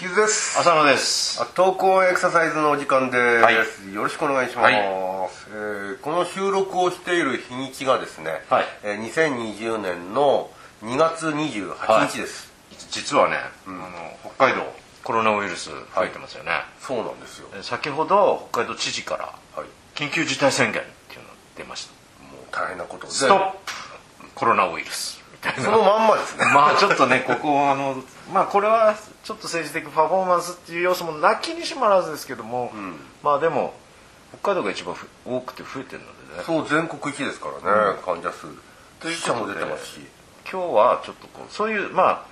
水です浅野ですあ投稿エクササイズのお時間です、はいよろしくお願いします、はいえーこの収録をしている日にちがですね、はいえー2020年の2月28日です、実はね、あの北海道コロナウイルス増えてますよね、そうなんですよえ先ほど北海道知事からはい緊急事態宣言っていうのが出ましたもう大変なことでストップコロナウイルスみたいそなのまんまですねまあちょっとねここあの まあこれはちょっと政治的パフォーマンスっていう要素もなきにしもあらずですけども、まあでも北海道が一番ふ多くて増えてるのでねそう全国一ですからね、患者数という死こ者もと出でてますし今日はちょっとこうそういうま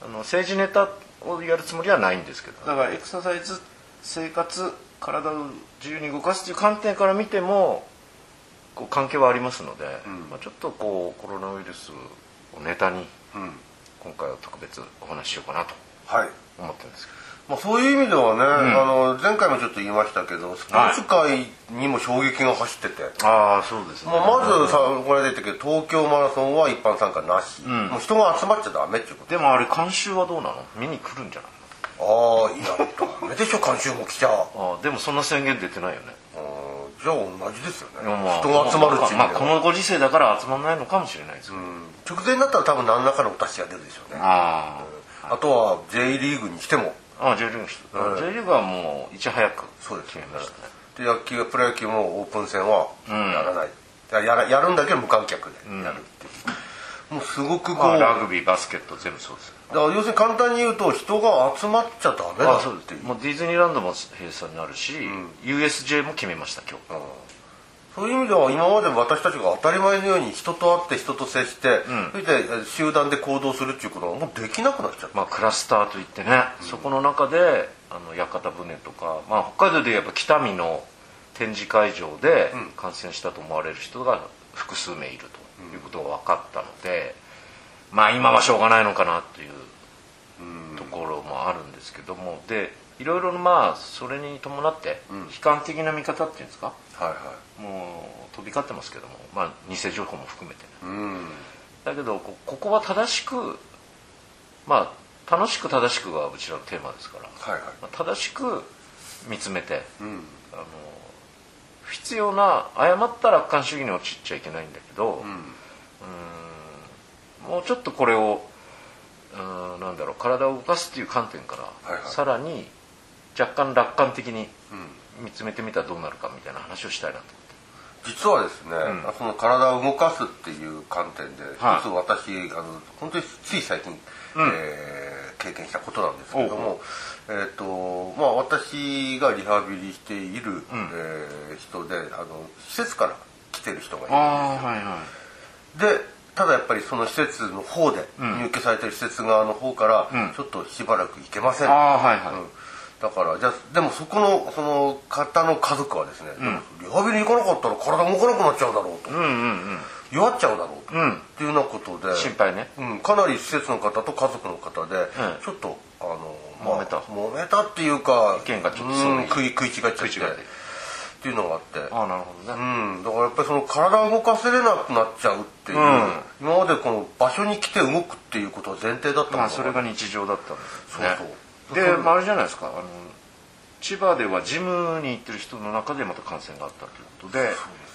ああの政治ネタをやるつもりはないんですけどだからエクササイズ生活体を自由に動かすという観点から見てもこう関係はありますので、まあ、ちょっとこうコロナウイルスをネタにうん今回は特別お話ししようかなとはい思ってるんですけどまあ、そういう意味ではね、あの前回もちょっと言いましたけどスポーツ界にも衝撃が走ってて、ああそうですねまあ、まずさこれ出てたけど東京マラソンは一般参加なし、もう人が集まっちゃダメっていうこでもあれ監修はどうなの見に来るんじゃないとああいやダメでしょ監修も来ちゃうのああでもそんな宣言出てないよねんじゃあ同じですよね、いやまあ人が集まるっていう意味では、まあこのご時世だから集まらないのかもしれないですけど、うん直前になったら多分何らかのお達しが出るでしょうねああとは J リーグにしてもああ J リーグの人、うん J リーグはもういち早くそうです決めましたねで野球プロ野球もオープン戦はんやらない、ややらやるんだけど無観客でやるっていう、もうすごくこう、まあ、だラかグビーバスケット全部そうですら要するに簡単に言うと人が集まっちゃダメだっていうもうディズニーランドも閉鎖になるし、USJ も決めました今日そういう意味では今まで私たちが当たり前のように人と会って人と接して、そしてえ集団で行動するっていうことはもうできなくなっちゃった、まあクラスターといってね、そこの中であの屋形船とか、まあ、北海道で言えば北見の展示会場で感染したと思われる人が複数名いるということが分かったので、まあ今はしょうがないのかなというところもあるんですけどもでいろいろまあそれに伴って悲観的な見方っていうんですか、はいはいもう飛び交ってますけども、まあ、偽情報も含めてねうんだけどこここは正しくまあ楽しく正しくがうちらのテーマですから、はいはいまあ正しく見つめてうんあの不必要な誤った楽観主義に陥っちゃいけないんだけど、うんもうちょっとこれをうんなんだろう体を動かすっていう観点から、はいはいさらに若干楽観的にうん見つめてみたらどうなるかみたいな話をしたいなと。実はですね、うんその体を動かすっていう観点で、はい一つ私あの本当につい最近、うんえー経験したことなんですけども、えーとまあ、私がリハビリしている、えー人であの施設から来てる人がいるああはいはいでただやっぱりその施設の方で、入居されてる施設側の方から、うんちょっとしばらく行けません、ああはいはい、うんだからじゃあでもそこのその方の家族はですね、でもリハビリ行かなかったら体動かなくなっちゃうだろうと、うんうん弱っちゃうだろうと、うんうんっていうようなことで、心配ねうん、かなり施設の方と家族の方で、ちょっとあの、揉めた揉めたっていうか意見がちょっとうん相違食い食い違っちゃって食い違ってっていうのがあってああなるほどね、うん、だからやっぱりその体を動かせれなくなっちゃうっていう、うん今までこの場所に来て動くっていうことは前提だったのかなまあそれが日常だったんですねそうそうで、まあ、あれじゃないですかあの千葉ではジムに行ってる人の中でまた感染があったということで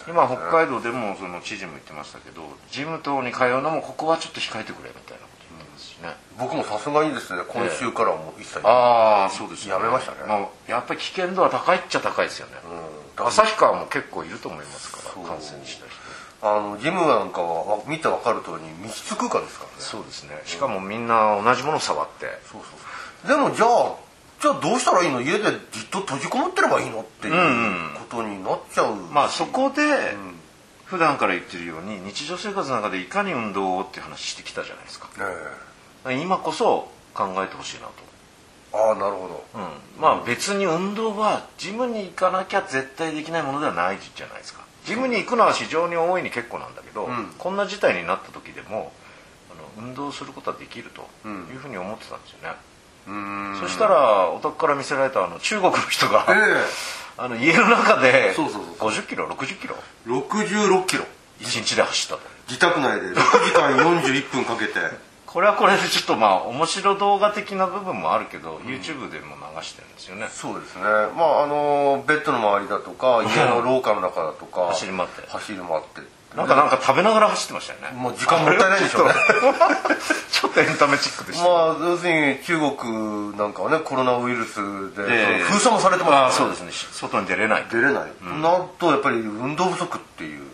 今北海道でもその知事も言ってましたけどジム等に通うのもここはちょっと控えてくれみたいなこと言ってますしね、僕もさすがにですね今週からはもう一切、ああそうですやめましたねまあ、やっぱり危険度は高いっちゃ高いですよね、だ旭川も結構いると思いますからそう感染した人あのジムなんかはわ見てわかる通り密室空間ですからねそうですねしかもみんな同じものを触ってそうそうでもじゃあじゃあどうしたらいいの家でじっと閉じこもってればいいのっていうことになっちゃう、まあそこで普段から言ってるように日常生活の中でいかに運動をっていう話してきたじゃないですかえ今こそ考えてほしいなと、えああなるほどうん、まあ別に運動はジムに行かなきゃ絶対できないものではないじゃないですかジムに行くのは非常に大いに結構なんだけど、んこんな事態になった時でもあの運動することはできるというふうに思ってたんですようね、んそしたらお宅から見せられたあの中国の人が、えあの家の中でそうそうそ50キロ60キロえ66キロ1日で走ったと自宅内で6時間41分かけてこれはこれでちょっとまあ面白動画的な部分もあるけど、YouTube でも流してるんですよねそうですねまああのベッドの周りだと か家の廊下の中だとか走り回って走り回ってなんかなんか食べながら走ってましたよねもう時間もったいないでしょうねあれは ちょっとちょっとエンタメチックでした、まあ要するに中国なんかはねコロナウイルスでで封鎖もされてあまーすそからうでねすねし外に出れない出れない、なんとやっぱり運動不足っていうね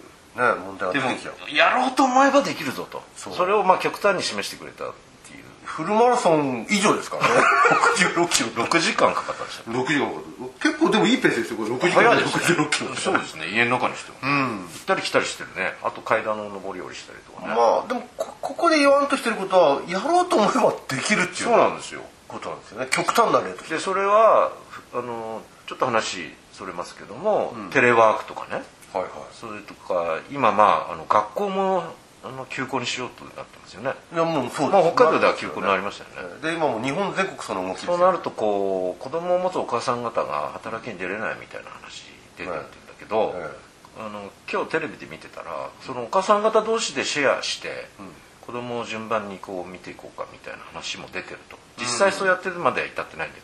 問題がで出もてきちゃうやろうと思えばできるぞとそそうれをまあ極端に示してくれたっていうフルマラソン以上ですから ね66キロ6時間かかったんですよ6時間かかって結構でもいいペースですよこれ6時間早いでですね66キロそうですね家の中にしても、行ったり来たりしてるねあと階段を上り下りしたりとかね、まあでもこここで言わんとしてることはやろうと思えばできるっていそううなんですよことなんですよね極端な例としてでそれはふあのちょっと話それますけども、テレワークとかねはいはそれとか今まああの学校もあの休校にしようとなってますよね、いいやもうそうまあ、北海道では休校にねなりましたよねで今もう日本全国その動きですそようなるとこう子供を持つお母さん方が働きに出れないみたいな話出てるんだけど、えあの今日テレビで見てたらそのお母さん方同士でシェアして、子供を順番にこう見ていこうかみたいな話も出てると実際そうやってるまでは至ってないんだけ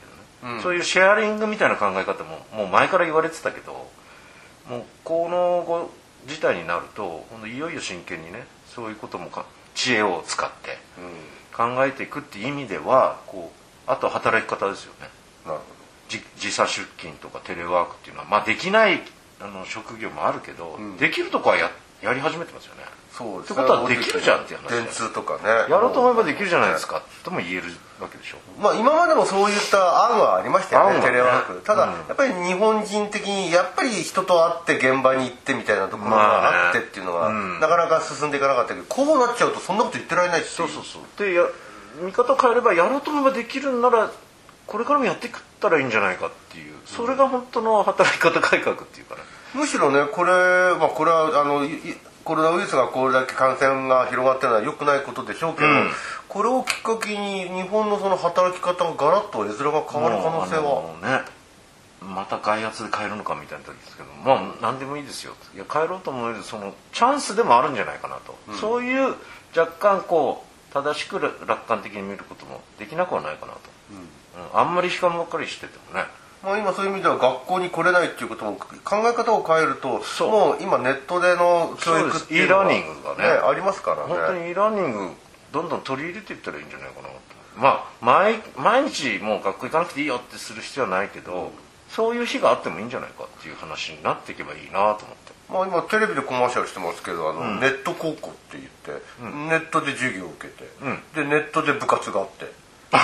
どね、そういうシェアリングみたいな考え方ももう前から言われてたけどもうこのご事態になるとほんといよいよ真剣にねそういうこともか知恵を使って。考えていくっていう意味ではこうあとは働き方ですよねなるじ時差出勤とかテレワークっていうのは、まあ、できないあの職業もあるけど、できるとこはややり始めてますよねほどそうですってことはできるじゃんっていう話だよ電通とかねやろうと思えばできるじゃないですかとも言えるわけでしょまあ、今までもそういった案はありましたよ案ねはねテレワークただ、うんやっぱり日本人的にやっぱり人と会って現場に行ってみたいなところがあってっていうのは、まあねうんなかなか進んでいかなかったけどこうなっちゃうとそんなこと言ってられないしそうそうそうでや見方変えればやろうと思えばできるんならこれからもやっていったらいいんじゃないかっていうそれが本当の働き方改革っていうかねむしろねこれ、まあ、これはあのいいコロナウイルスがこれだけ感染が広がってるのは良くないことでしょうけど、んこれをきっかけに日本のその働き方がガラッと絵面が変わる可能性はもうあのねまた外圧で変えるのかみたいな時ですけどまあ何でもいいですよいや変えろうと思えるそのチャンスでもあるんじゃないかなと、そういう若干こう正しく楽観的に見ることもできなくはないかなと、うんあんまり悲観ばっかりしててもねまあ、今そういう意味では学校に来れないっていうことも考え方を変えるとそうもう今ネットでの教育っていうのそうです e ラーニングがねありますからね本当に e ラーニングどんどん取り入れていったらいいんじゃないかなとまあ毎毎日もう学校行かなくていいよってする必要はないけど、そういう日があってもいいんじゃないかっていう話になっていけばいいなと思って。まあ、今テレビでコマーシャルしてますけどあの、ネット高校って言って、ネットで授業を受けて、でネットで部活があって部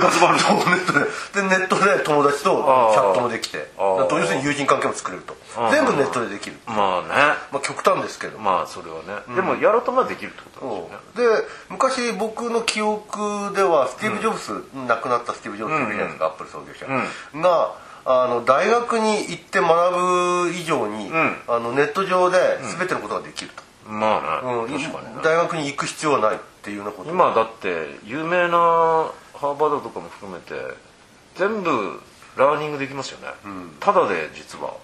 活もあるそうネットででネットで友達とチャットもできてあーだと要するに友人関係も作れるとあー全部ネットでできるまあねまあ、極端ですけどまあそれはね、でもやろうとまでできるってことなんですよねで昔僕の記憶ではスティーブ・ジョブス、亡くなったスティーブ・ジョブスいるじゃないですか、アップル創業者、があの大学に行って学ぶ以上に、んあのネット上で全てのことができるまあと、ね、うん確かにね大学に行く必要はないっていうようなこと今だって有名なハーバードとかも含めて全部ラーニングできますよね、ただで実は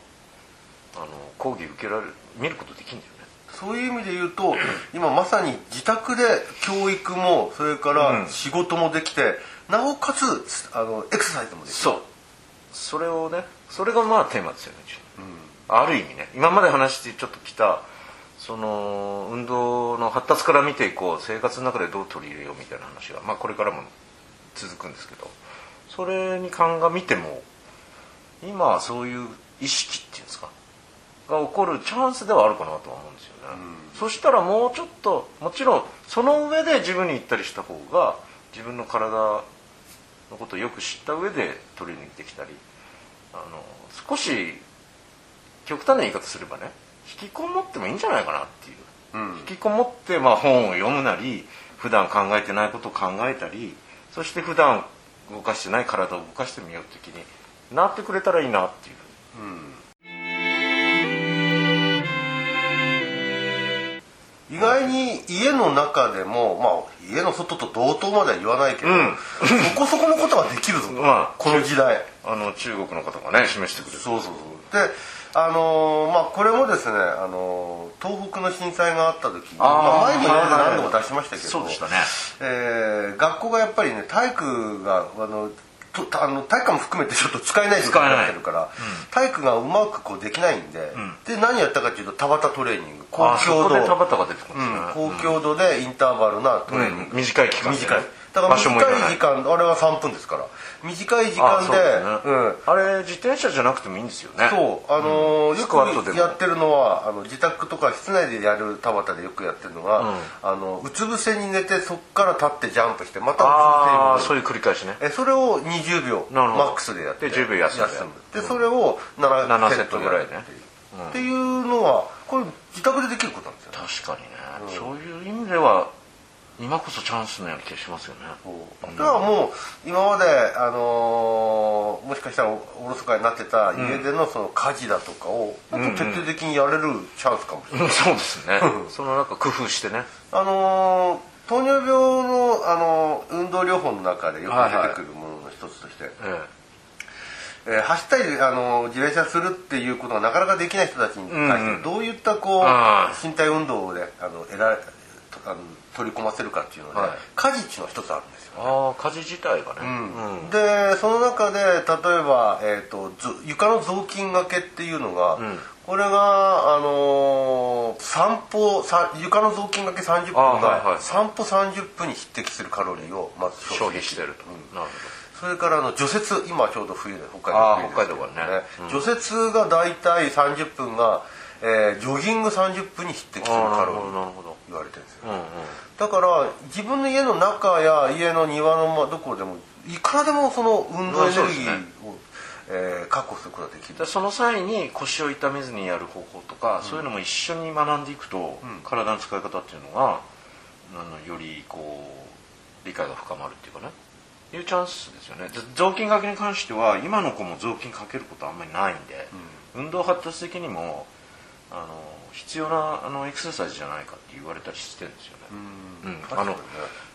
あの講義受けられる見ることできるんだよねそういう意味で言うと今まさに自宅で教育もそれから仕事もできて、なおかつあのエクササイズもできるそうそれをねそれがまあテーマですよね、ある意味ね今まで話してちょっときたその運動の発達から見ていこう生活の中でどう取り入れようみたいな話が、まあ、これからも続くんですけどそれに鑑みても今はそういう意識っていうんですかが起こるチャンスではあるかなとは思うんですよね、そしたらもうちょっともちろんその上で自分に行ったりした方が自分の体のことをよく知った上でトレーニングできたりあの少し極端な言い方すればね引きこもってもいいんじゃないかなっていう、引きこもってまあ本を読むなり普段考えてないことを考えたりそして普段動かしてない体を動かしてみようって気になってくれたらいいなっていう意外に家の中でも、まあ、家の外と同等までは言わないけど、んそこそこのことができるぞ、 まあこの時代あの中国の方がね示してくれるそうそうそうであのーまあこれもですね、あのー東北の震災があった時にあーまあ、前も今まではいはい何度も出しましたけど、そうでしたねえー学校がやっぱりね体育があのとあの体育館も含めてちょっと使えない状態になってるから、体育がうまくこうできないんで、で何やったかというと田端トレーニング公あそ共こで田度、畑が出てくるんですね、うん公共度でインターバルなトレーニング、うん短い期間でね短いだから場所もいら短ないい時間あれは3分ですから短い時間あでそうだよねうんあれ自転車じゃなくてもいいんですよねそうあのースクワットよでくもやってるのはあの自宅とか室内でやる田畑でよくやってるのが、あのうつ伏せに寝てそっから立ってジャンプしてまたうああつ伏せにそういう繰り返しねえそれを20秒なるほどマックスでやってで10秒休んででそれを 7, 7セットぐらいセットぐらいねっていうのはこれ自宅でできることなんですよね確かにね、そういう意味では今こそチャンスのような気がしますよねそうではもう今まで、あのーもしかしたらおおろそかになってた家でのその家事だとかをもっと徹底的にやれるチャンスかもしれない。うんそうですねそのなんか工夫してねあのー糖尿病の、あのー運動療法の中でよく出てくるものの一つとして、ええー走ったり、あのー自転車するっていうことがなかなかできない人たちに対してどういったこう、あ身体運動をねあの得られとあの取り込ませるかっていうので、はい家事っていうのが一つあるんですよ。えああ家事自体がねうんでその中で例えば、えー、とず床の雑巾がけっていうのが、これが、あのー散歩さ床の雑巾がけ30分が、あはいはい散歩30分に匹敵するカロリーをまず消費してると、なるそれからあの除雪今ちょうど冬で北あ海ー道冬ですけど北海道はね除雪が大体30分が、えージョギング30分に匹敵するほどああなカるロリほどーなるほど言われてるんですようんうんだから自分の家の中や家の庭のまあどこでもいくらでもその運動エネルギーを、えー確保することができるでその際に腰を痛めずにやる方法とか、そういうのも一緒に学んでいくと、体の使い方っていうのがあのよりこう理解が深まるっていうかねいうチャンスですよねで雑巾掛けに関しては今の子も雑巾かけることあんまりないんで、運動発達的にもあの必要なあのエクササイズじゃないかって言われたりしてるんですよね、うんあの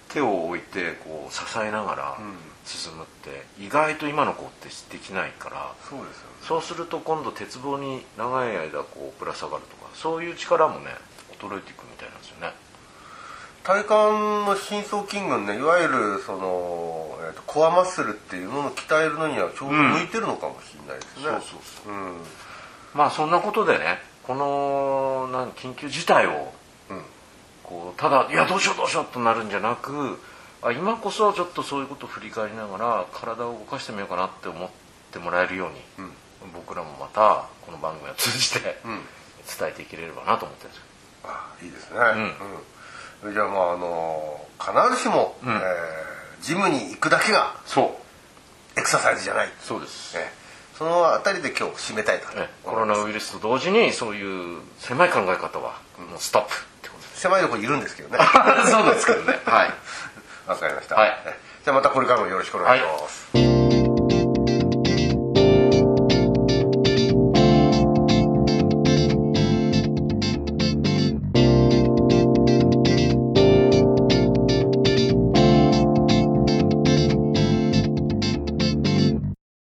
手を置いてこう支えながら進むって、意外と今の子ってできないからそうですよねそうすると今度鉄棒に長い間こうぶら下がるとかそういう力もね衰えていくみたいなんですよね体幹の深層筋群ねいわゆるその、えーとコアマッスルっていうのを鍛えるのにはちょうど向いてるのかもしれないですね、そうそうそうんまあそんなことでねこのなん緊急事態を、うんこうただいやどうしようどうしようとなるんじゃなくあ今こそちょっとそういうことを振り返りながら体を動かしてみようかなって思ってもらえるように、僕らもまたこの番組を通じて、ん伝えていければなと思ってるんですよあいいですね、うんじゃあまああの必ずしも、えージムに行くだけがそうエクササイズじゃない、ね、そうです、そのあたりで今日締めたいと思いえますコロナウイルスと同時にそういう狭い考え方はもうストップってことです狭いとこにいるんですけど ねそうですけどねはいわかりました、はいじゃあまたこれからもよろしくお願いします、